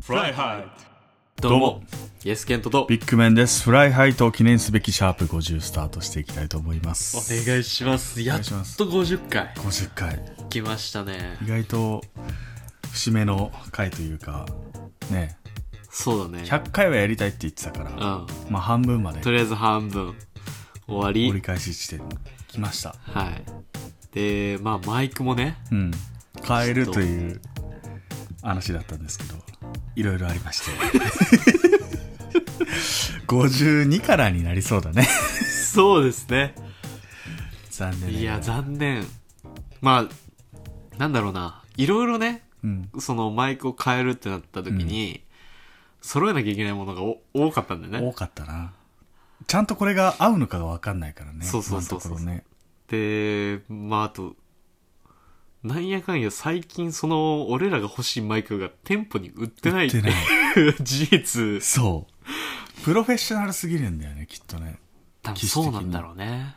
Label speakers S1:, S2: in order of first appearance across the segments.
S1: フライハイ
S2: どう
S1: どう
S2: も
S1: も、
S2: イエスケントと、
S1: ビッグメンです。フライハイと記念すべきシャープ50スタートしていきたいと思います。
S2: お願いします。やっ
S1: いします
S2: と50回
S1: 50回。
S2: 来ましたね
S1: 意。外と、節目の回というか、ね、
S2: そうだね。
S1: 100回はやりたいって言ってたから、
S2: うん。
S1: まあ半分まで
S2: とりあえず半分終わり。
S1: 折り返し地点に来ました。
S2: はい。で、まあマイクもね、
S1: うん。変えるという話だったんですけど、いろいろありまして。52からになりそうだね。
S2: そうですね。
S1: 残念ながら
S2: いや、残念。まあ、なんだろうな。いろいろね、
S1: うん。
S2: そのマイクを変えるってなった時に、揃えなきゃいけないものがお多かったんだよね。
S1: 多かったなちゃんとこれが合うのかが分かんないからね
S2: そうそうそうそう
S1: 今のところね
S2: で、まああと、なんやかんや最近その俺らが欲しいマイクが店舗に売ってないって
S1: 売ってない
S2: いう 事実。
S1: そうプロフェッショナルすぎるんだよねきっとね
S2: 多分そうなんだろうね。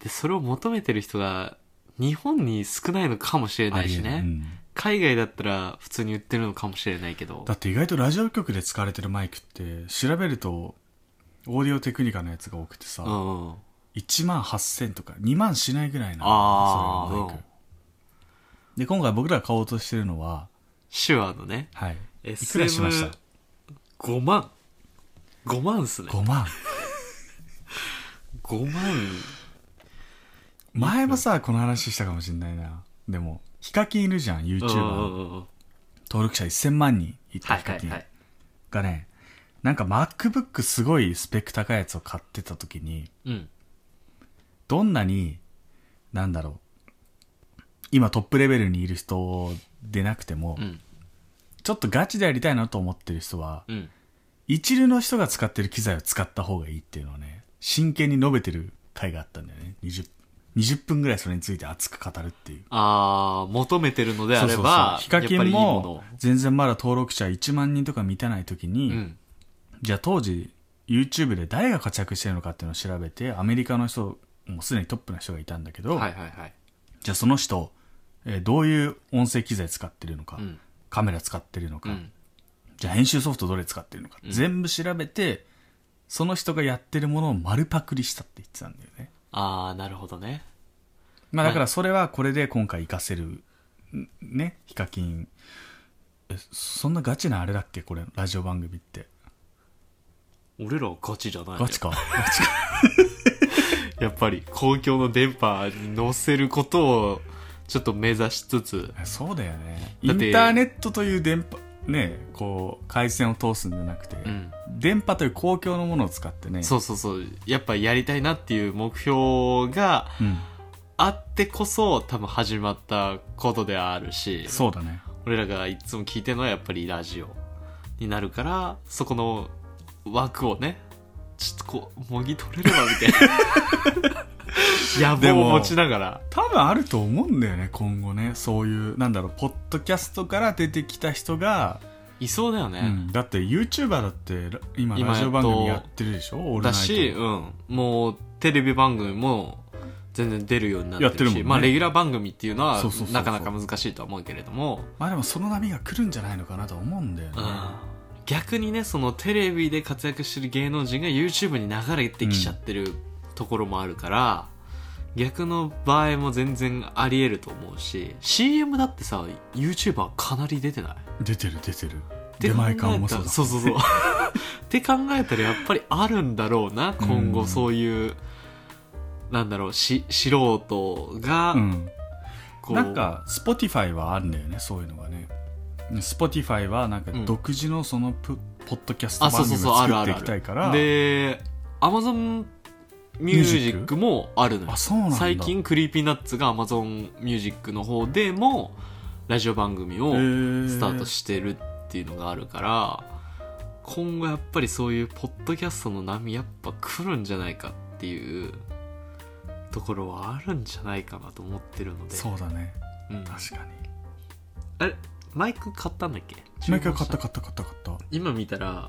S2: で、それを求めてる人が日本に少ないのかもしれないし
S1: ありえ
S2: ね。
S1: ないうん
S2: 海外だったら普通に売ってるのかもしれないけど
S1: だ。って意外とラジオ局で使われてるマイクって調べるとオーディオテクニカのやつが多くてさ、
S2: うんうん。
S1: 1万8000とか2万しないぐらいな
S2: あー
S1: それがマイク、で今回僕らが買おうとしてるのは
S2: 手話のね、
S1: はいい
S2: SM
S1: くらしました
S2: 5万。5万っすね。
S1: 5万
S2: 5万。
S1: 前もさこの話したかもしんないなでもヒカキンいるじゃん YouTuber の
S2: うんうんうんうん
S1: 登録者1000万人いった
S2: はい
S1: ヒカ
S2: は
S1: キ
S2: い
S1: ン
S2: はい。
S1: がね、なんか MacBook すごいスペック高いやつを買ってた時に、
S2: うん。
S1: どんなに、なんだろう、今トップレベルにいる人でなくても、
S2: うん。
S1: ちょっとガチでやりたいなと思ってる人は、
S2: うん。
S1: 一流の人が使ってる機材を使った方がいいっていうのをね、真剣に述べてる回があったんだよね。20, 20分ぐらいそれについて熱く語るっていう。
S2: あー、求めてるのであれ
S1: そうそうそ
S2: ば、
S1: うヒカキ
S2: やっぱり
S1: ン
S2: いい
S1: も
S2: も
S1: 全然まだ登録者1万人とか満たない時に、
S2: のうん。
S1: じゃあ当時 YouTube で誰が活躍してるのかっていうのを調べてアメリカの人もうすでにトップの人がいたんだけど、
S2: はいはいはい。
S1: じゃあその人、えーどういう音声機材使ってるのか、
S2: うん。
S1: カメラ使ってるの
S2: う
S1: か、
S2: ん。
S1: じゃあ編集ソフトどれ使ってるのか、
S2: うん
S1: 全部調べてその人がやってるものを丸パクリしたって言ってたんだよね、
S2: あー、なるほどね。
S1: まあ、だか
S2: は
S1: らそれはこれで今回活かせるんねヒカキンえそんなガチなあれだっけこれラジオ番組って
S2: 俺らはガチじゃないよ
S1: ガチ か
S2: やっぱり公共の電波に乗せることをちょっと目指しつつ、
S1: そうだよねイ
S2: だ
S1: ン
S2: って
S1: ターネットという電波ねこう回線を通すんじゃなくて、
S2: うん。
S1: 電波という公共のものを使ってね
S2: そうそうそう。やっぱやりたいなっていう目標が
S1: うん、
S2: あってこそ多分始まったことであるし、
S1: そうだね
S2: 俺らがいつも聞いてるのはやっぱりラジオになるからそこの枠をねちょっとこうもぎ取れればみたいな
S1: で
S2: 野望
S1: も
S2: を持ちながら
S1: 多分あると思うんだよね今後ねそういうなんだろうポッドキャストから出てきた人が、
S2: いそうだよ
S1: う
S2: ね、
S1: んだって YouTuber だってら今
S2: 今
S1: ラジオ番組やってるでしょオールナ
S2: だ
S1: イト
S2: し、うん、もうテレビ番組も全然出るようになってるし
S1: やってるもんね
S2: まあ、レギュラー番組っていうのは
S1: そうそうそうそう
S2: なかなか難しいとは思うけれども、
S1: まあでもその波が来るんじゃないのかなと思うんだよね、
S2: うん逆にねそのテレビで活躍してる芸能人が YouTube に流れてきちゃってるところもあるから、逆の場合も全然あり得ると思うし CM だってさ YouTuber かなり出てない
S1: 出てる出てる
S2: って
S1: 出
S2: 考え
S1: 前
S2: た
S1: 感もそうだ
S2: そうそうそう って考えたらやっぱりあるんだろうな今
S1: う
S2: 後
S1: ん
S2: そういう、なんだろうし素人が
S1: うん
S2: こう、
S1: なんか Spotify はあるんだよねそういうのがね Spotify はなんか
S2: うん
S1: 独自のそのプ、ポッドキャスト
S2: あ
S1: 番
S2: そう
S1: 組
S2: そ
S1: を
S2: うそうあ
S1: 作
S2: る
S1: ってい
S2: あるあ
S1: き
S2: る
S1: たいから
S2: で Amazon ミュージックもあるのよ
S1: あそうなんだ
S2: 最近クリーピーナッツが Amazon ミュージックの方でもラジオ番組をスタートしてるっていうのがあるから、今後やっぱりそういうポッドキャストの波やっぱ来るんじゃないかっていうところはあるんじゃないかなと思ってるので
S1: そうだね
S2: うん
S1: 確かに
S2: あれマイク買ったんだっけ
S1: 毎回買った
S2: 注文した
S1: 買った買った買った
S2: 今見たら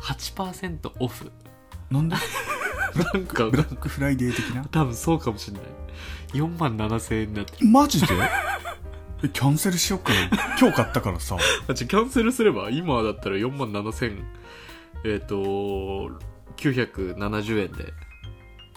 S2: 8%オフ
S1: なんで
S2: なんか
S1: ブラックフライデー的な
S2: 多分そうかもしれない4万7000円になってる
S1: マジでえキャンセルしよっかな今日買ったからさ
S2: あちょキャンセルすれば今だったら4万7000えっ、と970円で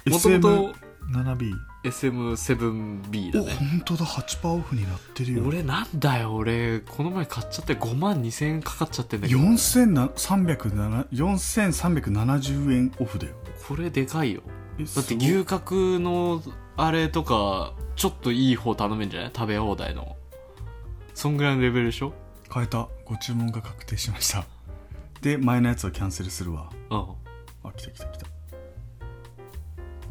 S2: もともと
S1: SM7B
S2: SM7B
S1: お
S2: だね
S1: 本当だ8%オフになってるよ
S2: 俺なんだよ俺この前買っちゃって5万2000円かかっちゃってんだけど
S1: 4370 4370円オフだよ
S2: これでかいよ
S1: え
S2: だって
S1: すごい
S2: 牛角のあれとかちょっといい方頼めんじゃない食べ放題のそんぐらいのレベルでしょ
S1: 変えたご注文が確定しましたで前のやつはキャンセルするわ
S2: うん
S1: あ来た来た来た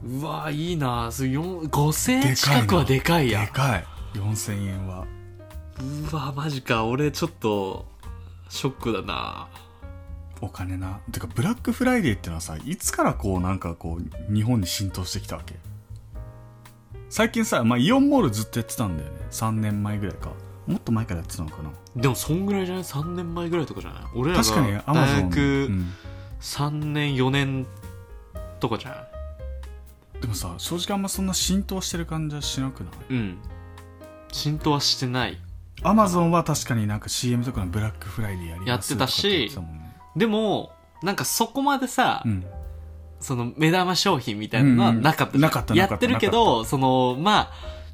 S2: うわいいなそれ4 5000
S1: でかい
S2: 円
S1: な
S2: 近くはでかいやん
S1: でかい4000円は
S2: うわマジか俺ちょっとショックだな
S1: お金なてかブラックフライデーってのはさいつからこうなんかこう日本に浸透してきたわけ最近さ、まあ、イオンモールずっとやってたんだよね3年前ぐらいかもっと前からやってたのかな
S2: でもそんぐらいじゃない3年前ぐらいとかじゃない俺らが
S1: 確かにアマゾ
S2: 大
S1: ンう
S2: 学
S1: ん
S2: 3年4年とかじゃな
S1: でもさ正直あんまそんな浸透してる感じはしなくない
S2: いうん浸透はしてない
S1: アマゾンは確かになんか CM とかのブラックフライデーやりますとかって言ってたもんね
S2: でもなんかそこまでさ、
S1: うん
S2: その目玉商品みたいなのはなかったじゃ
S1: うんうんな
S2: ん
S1: かったなかった
S2: やってるけどそのまあ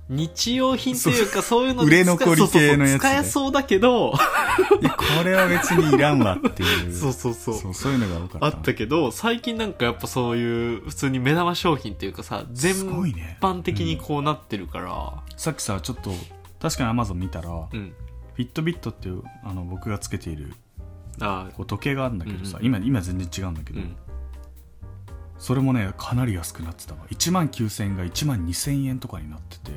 S2: 日用品というかそういうの
S1: 売れ残り
S2: そうそうそう
S1: 系のやつね
S2: 使えそうだけど、
S1: いやこれは別にいらんわっていう
S2: そうそうそう
S1: そうそういうのが多か
S2: あ
S1: った
S2: ったけど最近なんかやっぱそういう普通に目玉商品っていうかさ全
S1: すごいね
S2: 般的にこうなってるから
S1: さっきさちょっと確かにアマゾン見たら、
S2: うん、
S1: フィットビットっていうあの僕がつけている
S2: あ
S1: こう時計があるんだけどさ、
S2: うん
S1: 今今全然違うんだけ
S2: う
S1: ど、
S2: ん
S1: それもねかなり安くなってたわ1万9000円が1万2000円とかになってて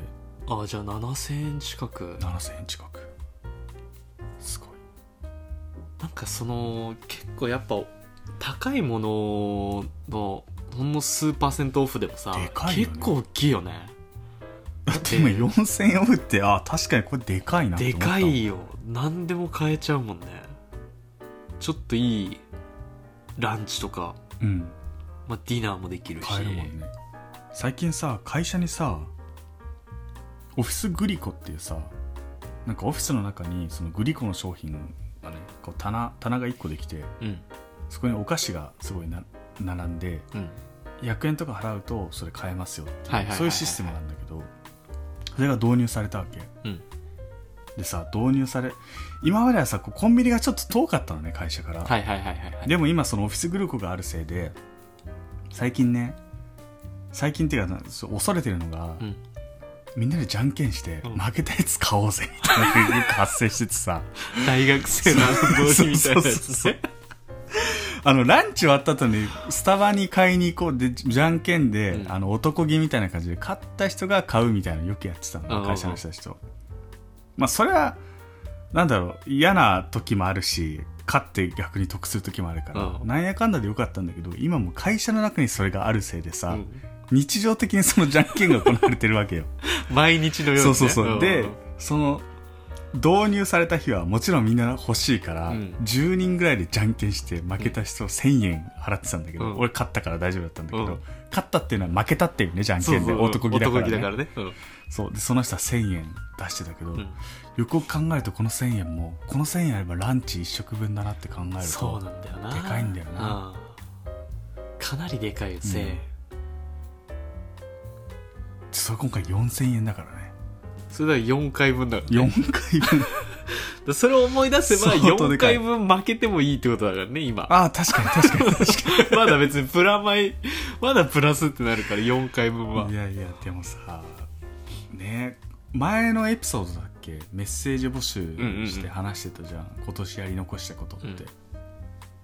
S2: あじゃあ7000円近く
S1: 7000円近くすごい
S2: なんかその結構やっぱ高いもののほんの数パーセントオフでもさ
S1: でかいよね
S2: 結構大きいよね
S1: だって今4000円オフってあ確かにこれでかいなって思
S2: で
S1: った
S2: かいよ何でも買えちゃうもんねちょっといいランチとか、
S1: うん
S2: まあ、ディナーもできるし
S1: 買えるもんね最近さ会社にさオフィスグリコっていうさなんかオフィスの中にそのグリコの商品がねこう棚棚が1個できて
S2: うん
S1: そこにお菓子がすごいな並んで
S2: うん
S1: 100円とか払うとそれ買えますよっていう
S2: はいはいはいはい
S1: そういうシステムなんだけどそれが導入されたわけ
S2: うん
S1: でさ導入され今まではさこうコンビニがちょっと遠かったのね会社から、
S2: はいはいはいはいは い
S1: でも今そのオフィスグループがあるせいで最近ね最近っていうかそう恐れてるのが、
S2: うん
S1: みんなでじゃんけんして、
S2: うん
S1: 負けたやつ買おうぜみたいなのがよく発生しててさ
S2: 大学生の運動にみたいなや
S1: そうそう
S2: つ
S1: そう
S2: ね
S1: あのランチ終わった後にスタバに買いに行こうでじゃんけんで、
S2: うん
S1: あの男気みたいな感じで買った人が買うみたいなのよくやってた
S2: うんうん
S1: の
S2: うん
S1: 会社の人たちとまあそれはなんだろう嫌な時もあるし勝って逆に得する時もあるから、
S2: うん
S1: なんやかんだでよかったんだけど今もう会社の中にそれがあるせいでさ、
S2: うん
S1: 日常的にそのじゃんけんが行われてるわけよ
S2: 毎日のようにね
S1: そうそうそう、
S2: ん
S1: でその導入された日はもちろんみんな欲しいから、
S2: うん
S1: 10人ぐらいでじゃんけんして負けた人1000円払ってたんだけど、
S2: うん
S1: 俺勝ったから大丈夫だったんだけど、
S2: うん
S1: 勝ったっていうのは負けたっていうねじゃん
S2: そ
S1: け
S2: うんそ
S1: で
S2: う
S1: 男気だから,、ね、
S2: 男気だからねうん
S1: そうでその人は1000円出してたけど、
S2: ん
S1: よくよく考えるとこの1000円もこの1000円あればランチ1食分だなって考えると
S2: そうなんだよな
S1: でかいんだよな
S2: うんかなりでかいよせい、
S1: うんそれ今回4000円だからね
S2: それだから4回分だからね
S1: 4回 分
S2: でそれを思い出せば
S1: 相当で
S2: 4
S1: かい
S2: 回分負けてもいいってことだからね今
S1: ああ確かに確かに確かに
S2: まだ別にプラマイまだプラスってなるから4回分はい
S1: やいやでもさね前のエピソードだっけメッセージ募集し
S2: うんうんう
S1: て
S2: ん
S1: 話してたじゃん,、今年やり残したことって、
S2: うん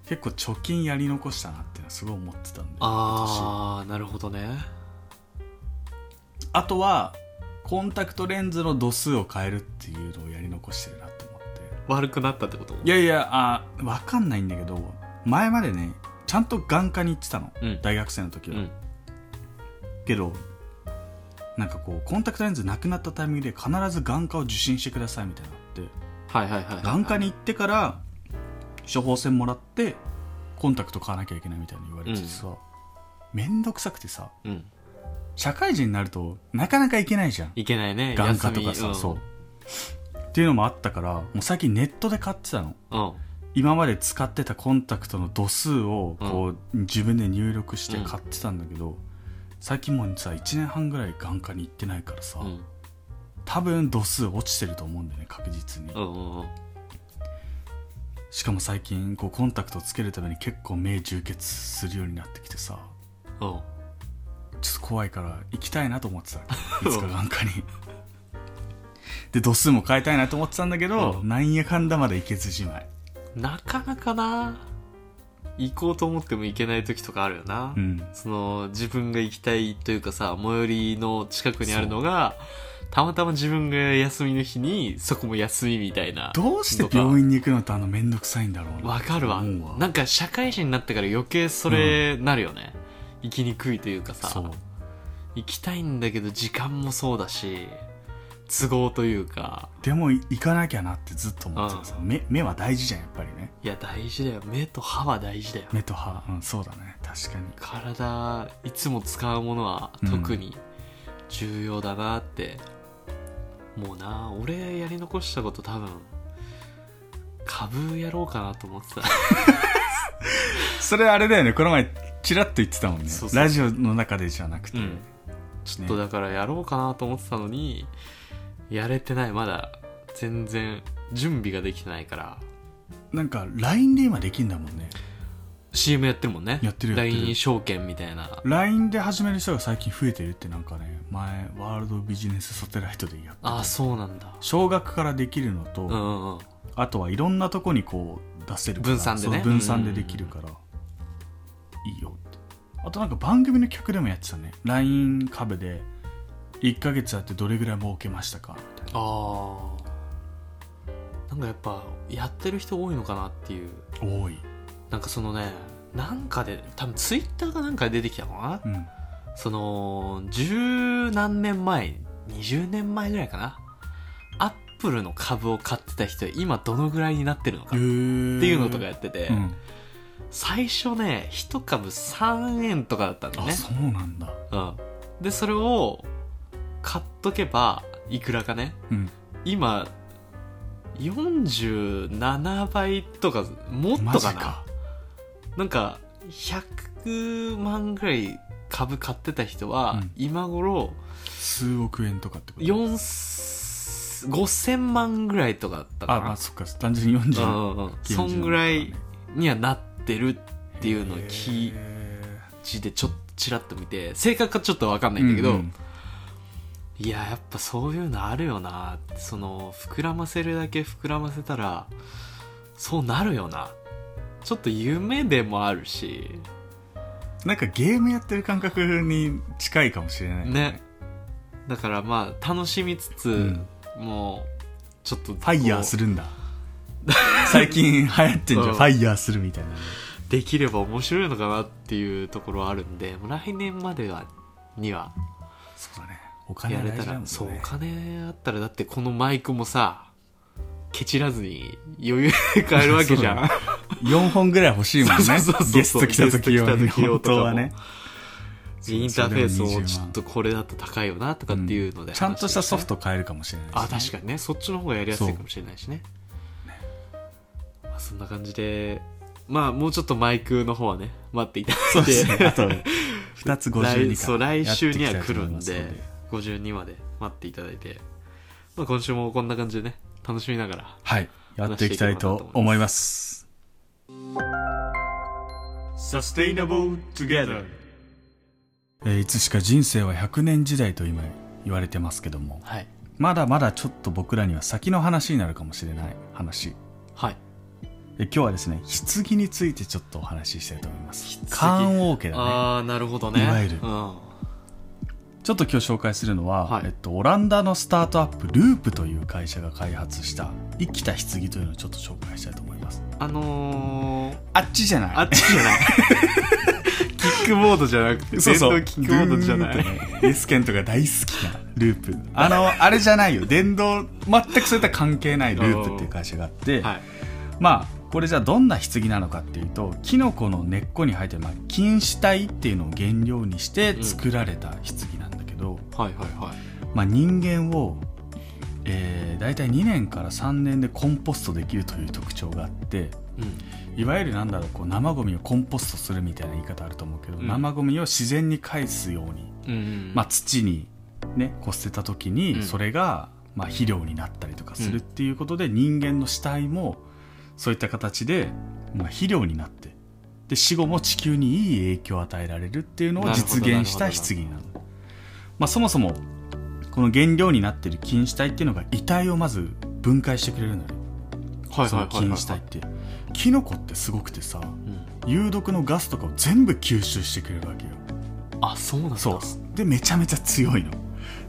S1: 結構貯金やり残したなってのはすごい思ってたんで今
S2: ああなるほどね
S1: 年あとはコンタクトレンズの度数を変えるっていうのをやり残してるなと思って
S2: 悪くなったってこと
S1: いやいやあ分かんないんだけど前までねちゃんと眼科に行ってたの、
S2: うん
S1: 大学生の時
S2: う
S1: は、
S2: ん
S1: けどなんかこうコンタクトレンズなくなったタイミングで必ず眼科を受診してくださいみたいなのあって
S2: はいはいはいはい
S1: 眼科に行ってから処方箋もらってコンタクト買わなきゃいけないみたいに言われててさ、めんどくさくてさ
S2: うん
S1: 社会人になるとなかなか行けないじゃん
S2: いけないね
S1: 眼科とかさ、
S2: 休みん
S1: そうっていうのもあったからもう最近ネットで買ってたの
S2: うん
S1: 今まで使ってたコンタクトの度数をこう、自分で入力して買ってたんだけど、最近もうさ1年半ぐらい眼科に行ってないからさ、
S2: うん
S1: 多分度数落ちてると思うんだよね確実に、
S2: うんうんうん
S1: しかも最近こうコンタクトつけるために結構目充血するようになってきてさ
S2: うん
S1: ちょっと怖いから行きたいなと思ってたいつか眼科に で度数も変えたいなと思ってたんだけど、
S2: うん
S1: なんやかんだまで行けずじまい
S2: なかなかな行こうと思っても行けない時とかあるよな、
S1: うん
S2: その自分が行きたいというかさ最寄りの近くにあるのがたまたま自分が休みの日にそこも休みみたいな
S1: どうして病院に行くのとあのめんどくさいんだろうな
S2: わかるわ
S1: 思うわ
S2: なんか社会人になってから余計それなるよね、行きにくいというか
S1: そ
S2: さ
S1: う
S2: 行きたいんだけど時間もそうだし都合というか
S1: でも行かなきゃなってずっと思ってたさ、目目は大事じゃんやっぱりね
S2: いや大事だよ目と歯は大事だよ
S1: 目と歯、うん、そうだね確かに
S2: 体いつも使うものは特に重要だなって、もうな俺やり残したこと多分株やろうかなと思ってた
S1: それあれだよねこの前チラッと言ってたもんね
S2: そうそう
S1: ラジオの中でじゃなくて、
S2: うんちょっとだからやろうかなと思ってたのに、やれてないまだ全然準備ができてないから
S1: なんか LINE で今できんだもんね
S2: CM やってるもんね
S1: やってるやってる
S2: LINE 証券みたいな
S1: LINE で始める人が最近増えてるってなんかね前ワールドビジネスサテライトでやって
S2: ああ
S1: た
S2: そうなんだ
S1: 小学からできるのと、
S2: うんうんうん
S1: あとはいろんなとこにこう出せるから
S2: 分散でね
S1: そう分散でできるからいいよってあとなんか番組の曲でもやってたね LINE 株で1ヶ月やってどれぐらい儲けましたかみたいな
S2: ああなんかやっぱやってる人多いのかなっていう
S1: 多い、
S2: なんかそのねなんかで多分ツイッターがなんかで出てきたのか
S1: うん、
S2: なその十何年前20年前ぐらいかなアップルの株を買ってた人今どのぐらいになってるのかっていうのとかやってて、
S1: うん、
S2: 最初ね1株3円とかだったんだよ
S1: あ
S2: ね
S1: そうなんだ、
S2: うん、でそれを買っとけばいくらかね
S1: うん、
S2: 今47倍とかもっ
S1: マ
S2: と
S1: ジ
S2: かななんか100万ぐらい株買ってた人は、
S1: うん
S2: 今頃
S1: 数億円とかってこと
S2: 4 5000万ぐらいとかだった
S1: あ、
S2: か
S1: ま
S2: な
S1: あ、そっか単純に40、
S2: うんうんうんそんぐらいにはなってるっていうのを聞いちでちょっとちらっと見て正確かちょっと分かんないんだけど、
S1: うんうん
S2: いややっぱそういうのあるよなってその膨らませるだけ膨らませたらそうなるよなちょっと夢でもあるし
S1: なんかゲームやってる感覚に近いかもしれないよ
S2: ねだからまあ楽しみつつ、
S1: ん
S2: もうちょっとフ
S1: ファイヤーするんだ最近流行ってんじゃ
S2: うんん
S1: ファイヤーするみたいな
S2: できれば面白いのかなっていうところはあるんでもう来年まではには
S1: そうだねお金
S2: や
S1: は
S2: れ
S1: 大
S2: た
S1: 事だ
S2: ら、
S1: もんね
S2: そうお金あったらだってこのマイクもさケチらずに余裕で買えるわけじゃん
S1: 4本ぐらい欲しいもんね
S2: そうそうそうそう
S1: ゲスト来た時用に
S2: ゲスト来た時用
S1: 本
S2: とかも
S1: 当はね
S2: でインターフェースもちょっとこれだと高いよなとかっていうので、
S1: ちゃんとしたソフト変えるかもしれない
S2: あ
S1: か
S2: 確かにねそっちの方がやりやすいかもしれないしねまあ、そんな感じでまあもうちょっとマイクの方はね待っていただ
S1: そう
S2: いて
S1: ですねあと2つ52か
S2: 来そう来週には来るん
S1: や
S2: で
S1: っていきたいと思いますの
S2: 52まで待っていただいて、まあ、今週もこんな感じでね楽しみながら
S1: はいやっていきたいと思いますえーいつしか人生は100年時代と今言われてますけども
S2: はい
S1: まだまだちょっと僕らには先の話になるかもしれない話
S2: はい
S1: え今日はですね棺についてちょっとお話ししたいと思います
S2: 棺
S1: 棺王家だね
S2: ああなるほどね
S1: いわゆる
S2: うん
S1: ちょっと今日紹介するのは、
S2: はい
S1: えっと、オランダのスタートアップループという会社が開発した生きた棺というのをちょっと紹介したいと思います
S2: あのー、
S1: あっちじゃない
S2: あっちじ ゃない。キックボードじゃなくて、
S1: そうそう
S2: 電動キックボードじゃな
S1: ドゥ
S2: い。
S1: ーンってねエスケンとか大好きなループあのあれじゃないよ電動全くそれとは関係ないループっていう会社があって、
S2: はい。
S1: まあこれじゃあどんな棺なのかっていうとキノコの根っこに生えてる、まあ、菌糸体っていうのを原料にして作られた棺なんだけど、
S2: はいはいはい。
S1: まあ、人間をえー、大体2年から3年でコンポストできるという特徴があって
S2: うん
S1: いわゆるなんだろうこう生ゴミをコンポストするみたいな言い方あると思うけど、
S2: うん
S1: 生ゴミを自然に返すように、
S2: うん
S1: まあ、土に、ね、こう捨てた時
S2: うん
S1: にそれが、まあ、肥料になったりとかするっていうことで、人間の死体もそういった形で、まあ、肥料になってで死後も地球にいい影響を与えられるっていうのを
S2: なるほど
S1: 実現した
S2: なる
S1: 棺
S2: ほど
S1: なの。まあ、そもそもこの原料になってる菌死体っていうのが遺体をまず分解してくれるのよ
S2: はい
S1: そ
S2: はい
S1: の
S2: はいはい
S1: 菌
S2: はい
S1: 死体ってキノコってすごくてさ
S2: うん
S1: 有毒のガスとかを全部吸収してくれるわけよ
S2: あそうなんだ
S1: そうでめちゃめちゃ強いの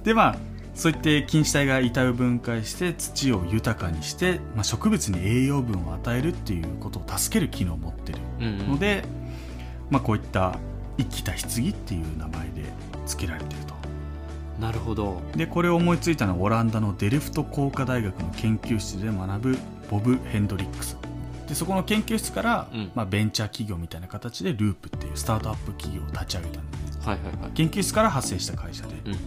S1: でまあそういって菌死体が遺体を分解して土を豊かにして、まあ、植物に栄養分を与えるっていうことを助ける機能を持ってる
S2: うんうん
S1: ので、まあ、こういった生きた棺っていう名前で付けられてると
S2: なるほど
S1: でこれを思いついたのはオランダのデルフト工科大学の研究室で学ぶボブ・ヘンドリックスでそこの研究室から、
S2: うん
S1: まあ、ベンチャー企業みたいな形でループっていうスタートアップ企業を立ち上げたんで
S2: はいはいはい
S1: 研究室から発生した会社で、
S2: うん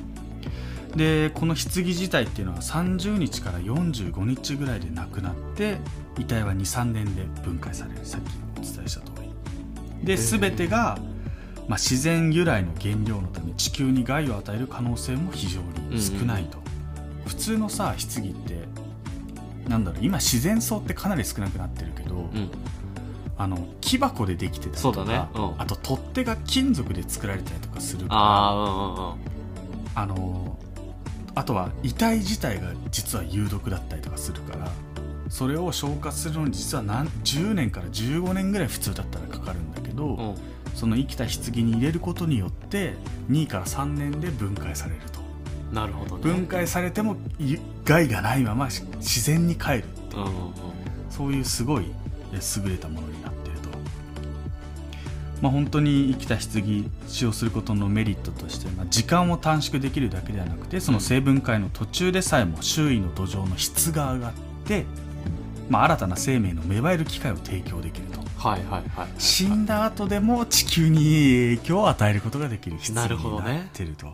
S1: でこの棺自体っていうのは30日から45日ぐらいでなくなって遺体は23年で分解されるさっきお伝えした通りで
S2: へー
S1: 全てが、まあ、自然由来の原料のため地球に害を与える可能性も非常に少ないと、普通のさ棺ってなんだろう今自然層ってかなり少なくなってるけど、
S2: うん
S1: あの木箱でできてたり
S2: そ
S1: と
S2: うだ
S1: か、
S2: ねうん
S1: あと取っ手が金属で作られたりとかするから
S2: ああうんうんうん
S1: あのあとは遺体自体が実は有毒だったりとかするからそれを消化するのに実は何10年から15年ぐらい普通だったらかかるんだけど、
S2: うん
S1: その生きた棺に入れることによって2から3年で分解されると
S2: なるほどね
S1: 分解されてもい害がないままし自然に帰る
S2: うんうんうん
S1: そういうすごいえ優れたものになってると、まあ、本当に生きた棺使用することのメリットとして、まあ、時間を短縮できるだけではなくてその成分解の途中でさえも周囲の土壌の質が上がって、まあ、新たな生命の芽生える機会を提供できると
S2: はいはいはいはい
S1: 死んだ後でも地球にいい影響を与えることができる棺に
S2: なるほどね
S1: なってると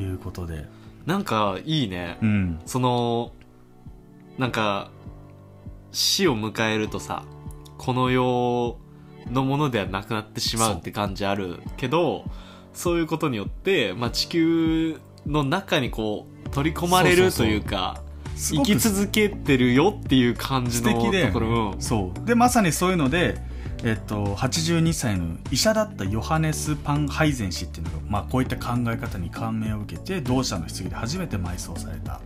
S1: いうことで、
S2: なんかいいね
S1: うん
S2: そのなんか死を迎えるとさこの世のものではなくなってしまうって感じあるけどそういうことによって、まあ、地球の中にこう取り込まれる
S1: そ
S2: と
S1: うそうそう
S2: いうか
S1: すごく
S2: 生き続けてるよっていう感じ
S1: 素
S2: の
S1: 敵で
S2: ところうん
S1: そうでまさにそういうので、えっと、82歳の医者だったヨハネス・パンハイゼン氏っていうのが、まあ、こういった考え方に感銘を受けて同社の棺で初めて埋葬された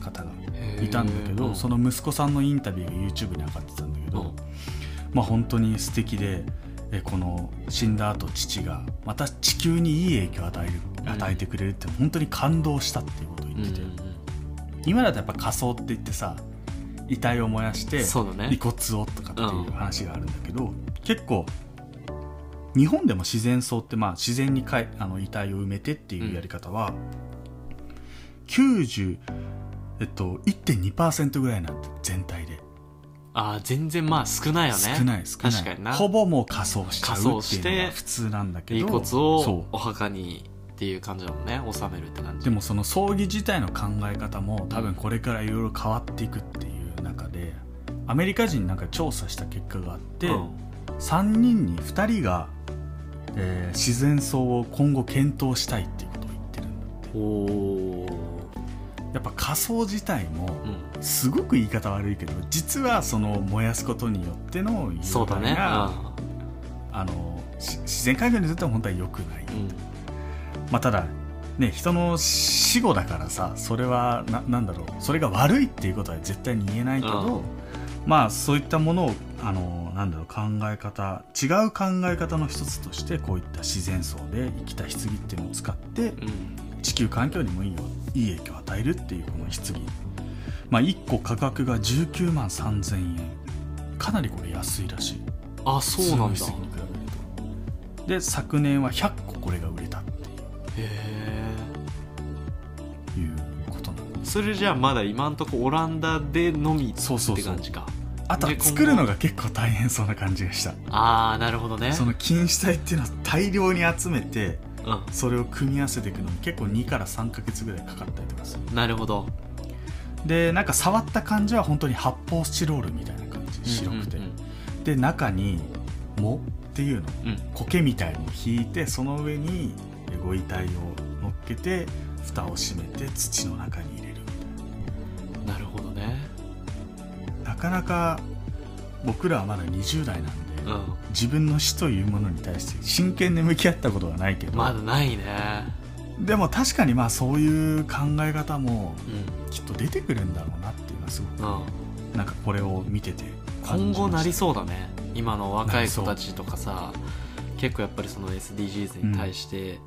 S1: 方が
S2: へー
S1: いたんだけど、
S2: うん
S1: その息子さんのインタビューが YouTube に上がってたんだけど、
S2: うん
S1: まあ、本当に素敵でえこの死んだ後父がまた地球にいい影響を与える
S2: うん
S1: 与えてくれるって本当に感動したっていうことを言ってて、
S2: うん
S1: 今だとやっぱ火葬って言ってさ遺体を燃やして
S2: そうだね
S1: 遺骨をとかっていう話があるんだけど、結構日本でも自然葬ってまあ自然にかいあの遺体を埋めてっていうやり方は、90えっと1.2%ぐらいなんて全体で
S2: ああ全然まあ少ないよね
S1: 少ない少ない
S2: 確かにな
S1: ほぼもう仮装しちゃう
S2: 火葬
S1: っ
S2: して
S1: ていうのが普通なんだけど
S2: 遺骨
S1: そ
S2: を
S1: う
S2: お墓にっていう感じだもんね納めるって感じ
S1: でもその葬儀自体の考え方も多分これからいろいろ変わっていくっていう中でアメリカ人なんか調査した結果があって、
S2: うん
S1: 3人に2人が、えー自然葬を今後検討したいっていうことを言ってるんだって
S2: おー
S1: やっぱ仮葬自体も
S2: うん
S1: すごく言い方悪いけど実はその燃やすことによっての有害な
S2: そうだね
S1: あのし自然環境にとっては本当は良くない、
S2: うん
S1: まあ、ただね人の死後だからさそれはななんだろうそれが悪いっていうことは絶対に言えないけど、まあそういったものをあのなんだろう考え方違う考え方の一つとしてこういった自然層で生きた棺っていうのを使って
S2: うん
S1: 地球環境にもいいよいい影響を与えるっていうこの棺、まあ、1個価格が19万3000円かなりこれ安いらしい
S2: あそうなん
S1: 普
S2: だ
S1: 通の棺に比べるとで昨年は100個これが売れたって
S2: へえ
S1: いうことなんです
S2: それじゃあまだ今んとこオランダでのみって
S1: そうそうそう
S2: 感じか
S1: あとは
S2: で
S1: 作るのが結構大変そうな感じがした
S2: ああなるほどね
S1: その菌糸体っていうのは大量に集めて
S2: う
S1: それを組み合わせていくのに結構2から3ヶ月ぐらいかかったりとかする
S2: んなるほど
S1: でなんか触った感じは本当に発泡スチロールみたいな感じ白くて、
S2: うん
S1: で中に「藻」っていうの
S2: うんうん
S1: 苔みたいのを引いてその上にご遺体を乗っけて蓋を閉めて土の中に入れるみ
S2: うんなるほどね
S1: たいななかなか僕らはまだ20代なんで、
S2: うん
S1: 自分の死というものに対して真剣に向き合ったことはないけど、
S2: まだないね
S1: でも確かにまあそういう考え方も
S2: うん
S1: きっと出てくるんだろうなっていうのはすごく
S2: うん
S1: なんかこれを見てて
S2: 今後なり
S1: そ
S2: そうだね今の若い子
S1: な
S2: た
S1: り
S2: ちとかさ結構やっぱりその SDGs に対して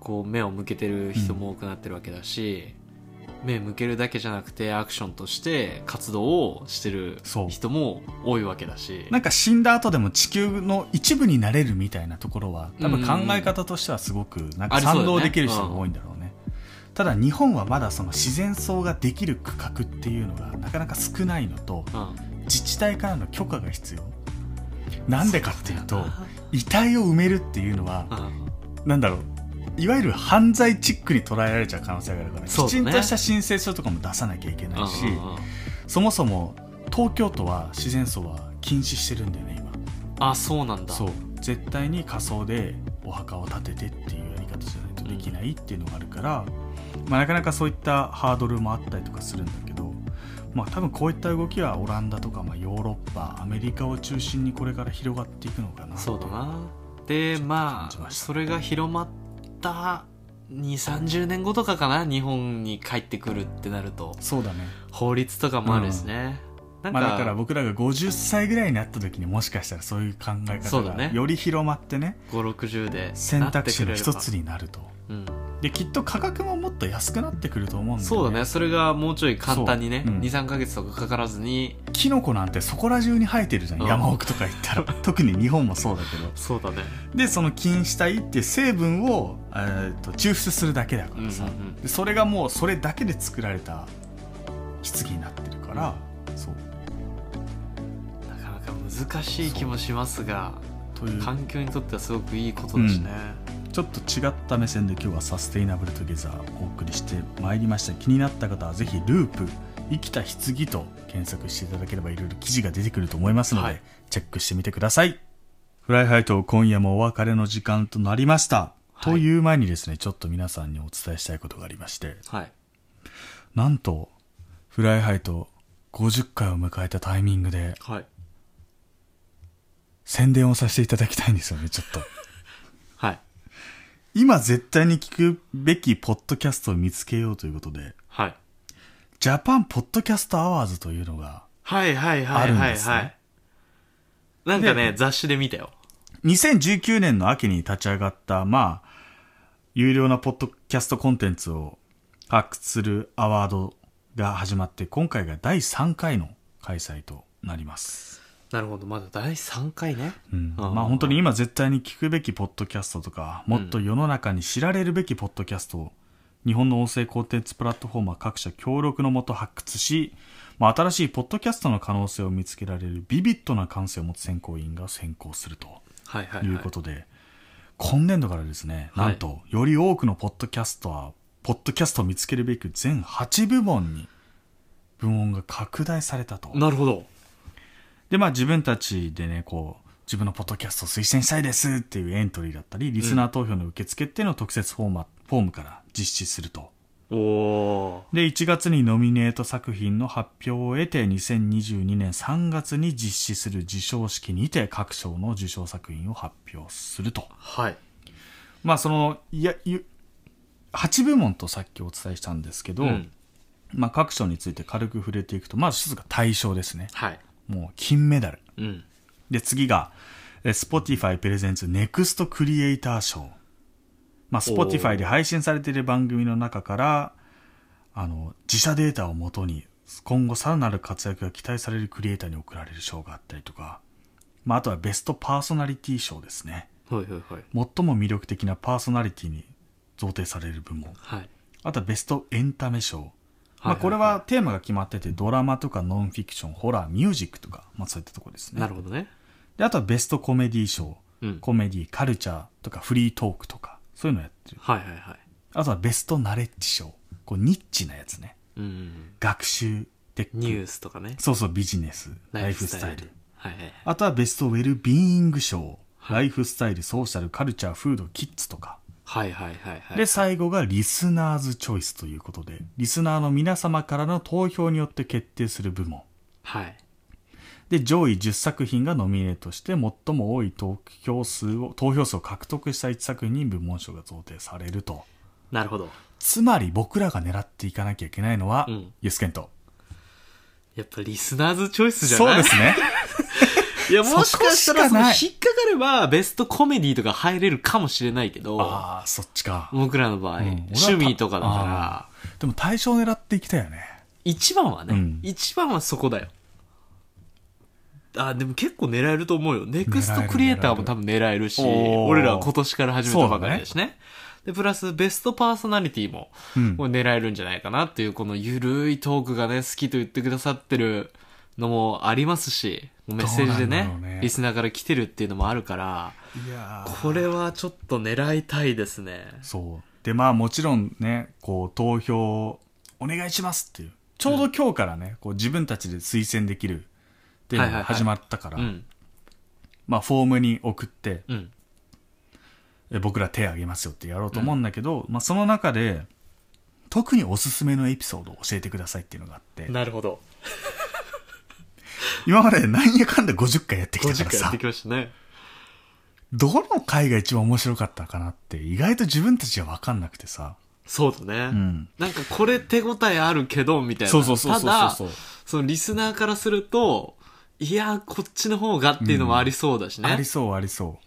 S2: こう目を向けてる人も多くなってるわけだし、目向けるだけじゃなくてアクションとして活動をしてる
S1: そう
S2: 人も多いわけだし
S1: なんか死んだ後でも地球の一部になれるみたいなところは多分考え方としてはすごくなんか
S2: ありそ
S1: 賛
S2: うだよね
S1: 同できる人が多いんだろうねただ日本はまだその自然層ができる区画っていうのがなかなか少ないのと
S2: うん
S1: 自治体からの許可が必要なんでかっていう
S2: う
S1: と
S2: ん
S1: 遺体を埋めるっていうのは
S2: うん
S1: なんだろういわゆる犯罪チックに捉えられちゃう可能性があるから、
S2: そう
S1: き
S2: だね
S1: ちんとした申請書とかも出さなきゃいけないし、
S2: うんうんうん
S1: そもそも東京都は自然葬は禁止してるんだよね今
S2: あそうなんだ
S1: そう絶対に仮想でお墓を建ててっていうやり方じゃないとできないっていうのがあるから、まあ、なかなかそういったハードルもあったりとかするんだけど、まあ、多分こういった動きはオランダとか、まあ、ヨーロッパアメリカを中心にこれから広がっていくのかな
S2: そうだなでま
S1: ちょっと感じ
S2: あ
S1: ました
S2: それが広まった2 3 0年後とかかな日本に帰ってくるってなると
S1: そうだね、
S2: 法律とかもあるしね、なん
S1: ま
S2: か,、
S1: あ、だから僕らが50歳ぐらいになった時にもしかしたらそういう考え
S2: そ
S1: 方
S2: うだ
S1: が
S2: ね
S1: より広まってね
S2: 560で
S1: 選択肢の一
S2: なって
S1: つになると
S2: くれれば、
S1: できっと価格ももっと安くなってくると思うんだよ
S2: うん、
S1: ね
S2: そうだねそれがもうちょい簡単にね、
S1: そううん
S2: 23か月とかかからずに
S1: キノコなんてそこら中に生えてるじゃん、
S2: うん
S1: 山奥とか行 ったら特に日本もそうだけど
S2: そうだね
S1: でその菌糸体っていう成分を、えーと抽出するだけだからさ、
S2: うんうんうん
S1: でそれがもうそれだけで作られた棺になってるから、そう
S2: なかなか難しい気もしますが
S1: という
S2: 環境にとってはすごくいいことだしね、
S1: ちょっと違った目線で今日はサステイナブルトゲザーお送りしてまいりました気になった方はぜひループ生きた棺と検索していただければいろいろ記事が出てくると思いますので、
S2: はい
S1: チェックしてみてくださいフライハイと今夜もお別れの時間となりました、
S2: はい
S1: という前にですねちょっと皆さんにお伝えしたいことがありまして
S2: はい
S1: なんとフライハイと50回を迎えたタイミングで
S2: はい
S1: 宣伝をさせていただきたいんですよねちょっと
S2: はい
S1: 今絶対に聞くべきポッドキャストを見つけようということで
S2: はい
S1: ジャパンポッドキャストアワーズというのが、
S2: はいはいは
S1: あ
S2: い
S1: るん
S2: は
S1: で
S2: いはい
S1: すね
S2: なんかね雑誌で見たよ
S1: 2019年の秋に立ち上がった、まあ、有料なポッドキャストコンテンツを発掘するアワードが始まって、今回が第3回の開催となります。
S2: なるほどまだ第3回ね
S1: うん、
S2: あー
S1: まあ本当に今絶対に聞くべきポッドキャストとか、もっと世の中に知られるべきポッドキャストを、日本の音声コンテンツプラットフォームは各社協力のもと発掘し、まあ、新しいポッドキャストの可能性を見つけられるビビッドな感性を持つ選考委員が選考すると。
S2: はいはい、
S1: と
S2: は
S1: い
S2: い、
S1: うことで、今年度からですね、
S2: はい
S1: なんと、より多くのポッドキャストは、ポッドキャストを見つけるべく全8部門に、部門が拡大されたと。
S2: なるほど
S1: で、まあ自分たちでね、こう、自分のポッドキャストを推薦したいですっていうエントリーだったり、リスナー投票の受付っていうのを特設フォーマフォームから実施すると。
S2: おお
S1: で、1月にノミネート作品の発表を得て、2022年3月に実施する授賞式にて各賞の受賞作品を発表すると。
S2: はい
S1: まあそのいやゆ8部門とさっきお伝えしたんですけど、
S2: うん
S1: まあ、各賞について軽く触れていくとまず一つが大賞ですね
S2: はい
S1: もう金メダル
S2: うん
S1: で次がえ Spotify プレゼンツネクストクリエイター賞、まあ、
S2: おー
S1: Spotify で配信されている番組の中からあの自社データをもとに今後さらなる活躍が期待されるクリエイターに贈られる賞があったりとか、まあ、あとはベストパーソナリティ賞ですね
S2: はいはいはい
S1: 最も魅力的なパーソナリティに贈呈される部門
S2: はい
S1: あとはベストエンタメ賞、ま
S2: はいはいは
S1: あ、
S2: い
S1: これはテーマが決まっててドラマとかノンフィクションホラーミュージックとか、まあ、そういったところですね
S2: なるほどね
S1: であとはベストコメディ賞
S2: うん
S1: コメディカルチャーとかフリートークとかそういうのやってる
S2: はいはいはい
S1: あとはベストナレッジ賞こうニッチなやつね
S2: ううん
S1: 学習テック
S2: ニュースとかね
S1: そうそうビジネスラ
S2: ラ
S1: イ
S2: イ
S1: フ
S2: フ
S1: ス
S2: ス
S1: タ
S2: タ
S1: イ
S2: イ
S1: ル
S2: ルはいはいはい
S1: あとはベストウェルビーイング賞
S2: はい
S1: ライフスタイルソーシャルカルチャーフードキッズとか
S2: はいはいはいはい
S1: で最後がリスナーズチョイスということでリスナーの皆様からの投票によって決定する部門
S2: はい
S1: で上位10作品がノミネートして最も多い投票数を投票数を獲得した1作品に部門賞が贈呈されると
S2: なるほど
S1: つまり僕らが狙っていかなきゃいけないのは、
S2: うん
S1: ユスケント
S2: やっぱリスナーズチョイスじゃ
S1: そう
S2: ない
S1: です ね
S2: いやもしかした
S1: そこしか
S2: らその
S1: ない
S2: 引っかかればベストコメディとか入れるかもしれないけど
S1: ああそっちか、
S2: 僕らの場合、
S1: うん
S2: 趣味とかだ
S1: 俺
S2: か
S1: は
S2: ら
S1: でも対象狙っていきたいよね
S2: 一番はね、
S1: うん
S2: 一番はそこだよあでも結構狙えると思うよネクストクリエイターも多分狙えるし
S1: 狙えるおー
S2: 俺らは今年から始めたばかりだしねでプラスベストパーソナリティも
S1: うん
S2: もう狙えるんじゃないかなっていうこのゆるいトークがね好きと言ってくださってるのもありますしもうメッセー
S1: ど
S2: ジで
S1: うな
S2: ね
S1: んだろうね
S2: リスナーから来てるっていうのもあるから
S1: いや
S2: これはちょっと狙いたいですね
S1: そうでまあもちろんねこう投票お願いしますっていうちょうど今日からね、こう自分たちで推薦できるっていうの
S2: はいはいは
S1: が
S2: い
S1: 始まったから、
S2: うん
S1: まあフォームに送って
S2: うん
S1: え僕ら手挙げますよってやろうと思うんだけど、まあその中で特におすすめのエピソードを教えてくださいっていうのがあって
S2: なるほど
S1: 今までなんやかんだ50回やってきたか
S2: 50
S1: ら
S2: 回やっ
S1: さ
S2: てきましたね
S1: どの回が一番面白かったかなって意外と自分たちは分かんなくてさ、
S2: そうだね、
S1: うん、
S2: なんかこれ手応えあるけどみたいな
S1: そうそうそうそうそうそう
S2: ただそのリスナーからするといやこっちの方がっていうのもありそうだしね、
S1: あり そうありそう。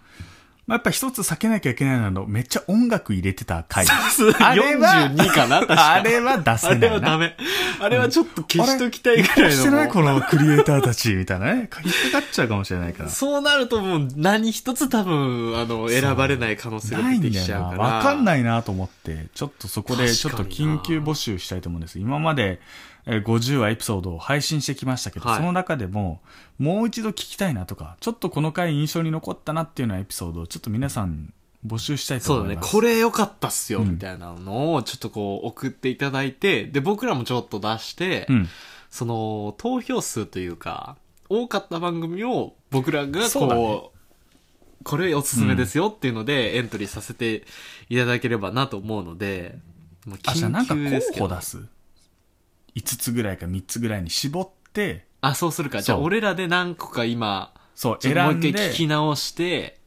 S1: まあ、やっぱ一つ避けなきゃいけないのは、めっちゃ音楽入れてた回。あれは
S2: 42かな確か
S1: あれは出せ
S2: あ
S1: な
S2: れ
S1: い
S2: は
S1: な。
S2: ダメ。あれはちょっと消しときたいぐらい
S1: してない
S2: の
S1: こ。のクリエイターたちみたいなね。かかっちゃうかもしれないから。
S2: そうなるともう何一つ多分、あの、選ばれない可能性が
S1: ない
S2: 出
S1: ん
S2: て
S1: だ
S2: きち
S1: よ
S2: ゃう
S1: な。
S2: から。
S1: わかん
S2: い。
S1: ないなと思って、ちょっとそこで、ちょっ
S2: 確
S1: と
S2: かにな
S1: 緊急募集したいと思うんです。今までえー50話エピソードを配信してきましたけど、
S2: はい
S1: その中でも、もう一度聞きたいなとか、ちょっとこの回印象に残ったなっていうようなエピソードを、ちょっと皆さん募集したいと
S2: そう
S1: 思
S2: だ
S1: い
S2: ね。
S1: ます。
S2: これ良かったっすよ、
S1: うん
S2: みたいなのをちょっとこう送っていただいて、で、僕らもちょっと出して、
S1: うん。
S2: その、投票数というか、多かった番組を僕らが
S1: そうだね
S2: こう、これおすすめですよっていうので、エントリーさせていただければなと思うので、もう
S1: あ、じゃあなんか
S2: 緊急ですけ
S1: 候補
S2: ど
S1: 出す。5つぐらいか3つぐらいに絞って、
S2: あ、そうするか。じゃあ、
S1: そう
S2: 俺らで何個か今、
S1: そう、
S2: ち
S1: 選
S2: ょっともうん一
S1: で、
S2: 回聞き直して、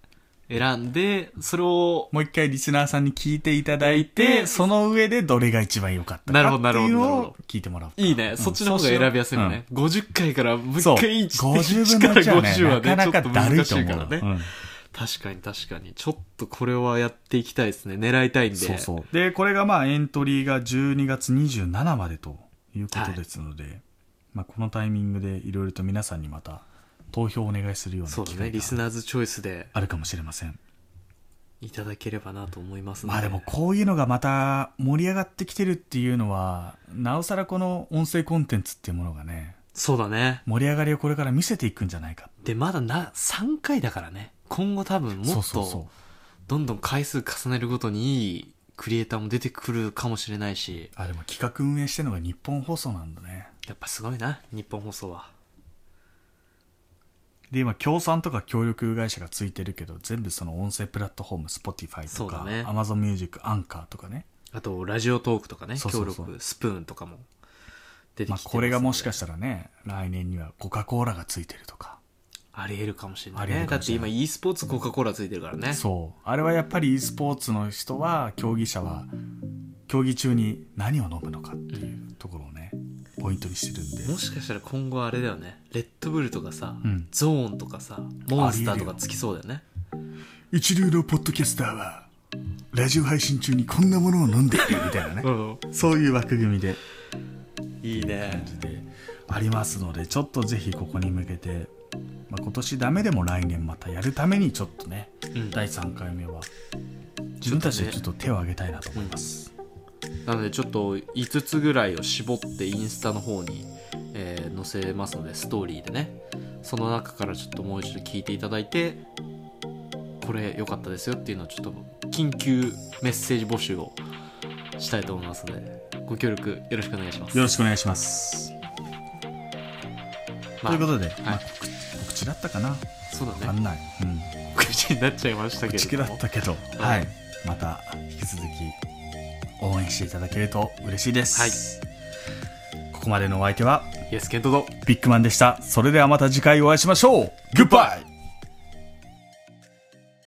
S2: 選んで、それを、
S1: もう一回リスナーさんに聞いていただいて、
S2: で
S1: その上でどれが一番良かった
S2: なる
S1: か
S2: ほ
S1: っ
S2: ど
S1: て
S2: な
S1: い
S2: るほ
S1: う
S2: ど
S1: の
S2: な
S1: を
S2: るほ
S1: 聞いてもらう。
S2: いいね。
S1: うん
S2: そっちの方が選びやすいよね。50回からもう
S1: そ
S2: 一
S1: うしよう。
S2: 回1
S1: そう。50分の1はね、なかなかだるいと思うの。
S2: ね。
S1: うん
S2: 確かに確かに。ちょっとこれはやっていきたいですね。狙いたいんで。
S1: そうそう。で、これがまあエントリーが12月27までということですので、まあこのタイミングでいろいろと皆さんにまた投票をお願いするような
S2: そう
S1: 機
S2: だ
S1: 会
S2: ね。
S1: が
S2: リスナーズチョイスで
S1: あるかもしれません。
S2: いただければなと思いますの
S1: まあでもこういうのがまた盛り上がってきてるっていうのはなおさらこの音声コンテンツっていうものがね
S2: そうだね。
S1: 盛り上がりをこれから見せていくんじゃないか
S2: で、まだな、3回だからね。今後多分もっ
S1: そうそうそ
S2: と、どんどん回数重ねるごとにいいクリエイターも出てくるかもしれないし。
S1: うあでも企画運営してるのが日本放送なんだね
S2: やっぱすごいな、日本放送は。
S1: で今協賛とか協力会社がついてるけど全部その音声プラットフォーム Spotify と
S2: そう
S1: か、
S2: だね
S1: AmazonMusic アンカーとかね、
S2: あと、ラジオトークとかね、
S1: そうそうそう
S2: 協力、スプーンとかも出てきて
S1: ま
S2: ま
S1: あ
S2: す、、
S1: これがもしかしたらね来年にはコカ・コーラがついてるとか
S2: あり得るかもしれ
S1: あ
S2: ない
S1: り得
S2: ね。
S1: るか
S2: だ
S1: も
S2: っ
S1: してれな
S2: 今
S1: い
S2: e スポーツコカ・コーラついてるからね。
S1: そうあれはやっぱり e スポーツの人は競技者は競技中に何を飲むのかっていうところをねポイントにしてるんで
S2: もしかしたら今後あれだよね。レッドブルとかさ、
S1: うん
S2: ゾーンとかさ、モンスターとかつきそうだよね。
S1: 一流のポッドキャスターはラジオ配信中にこんなものを飲んでいるみたいなね
S2: ん。
S1: そういう枠組みで
S2: いいね
S1: 感。じでありますのでちょっとぜひここに向けて、まあ、今年ダメでも来年またやるためにちょっとね
S2: うん
S1: 第3回目は自分たちでちょっと手を挙げたいなと思います、
S2: なのでちょっと5つぐらいを絞ってインスタの方に、えー載せますのでストーリーでねその中からちょっともう一度聞いていただいてこれ良かったですよっていうのをちょっと緊急メッセージ募集をしたいと思いますのでご協力よろしくお願いします
S1: よろしくお願いします。
S2: ま
S1: と
S2: あ
S1: いうことで、まあ、告知告知だったかな、
S2: そう
S1: わか
S2: だね
S1: んない。うん
S2: 口になっちゃいましたけ
S1: 口
S2: れ
S1: 切
S2: ど
S1: だ
S2: も
S1: ったけど、
S2: は
S1: はいい、また引き続き応援していただけると嬉しいです。ここまでのお相手は
S2: イエスケントと
S1: ビッグマンでした。それではまた次回お会いしましょう。グッバイ。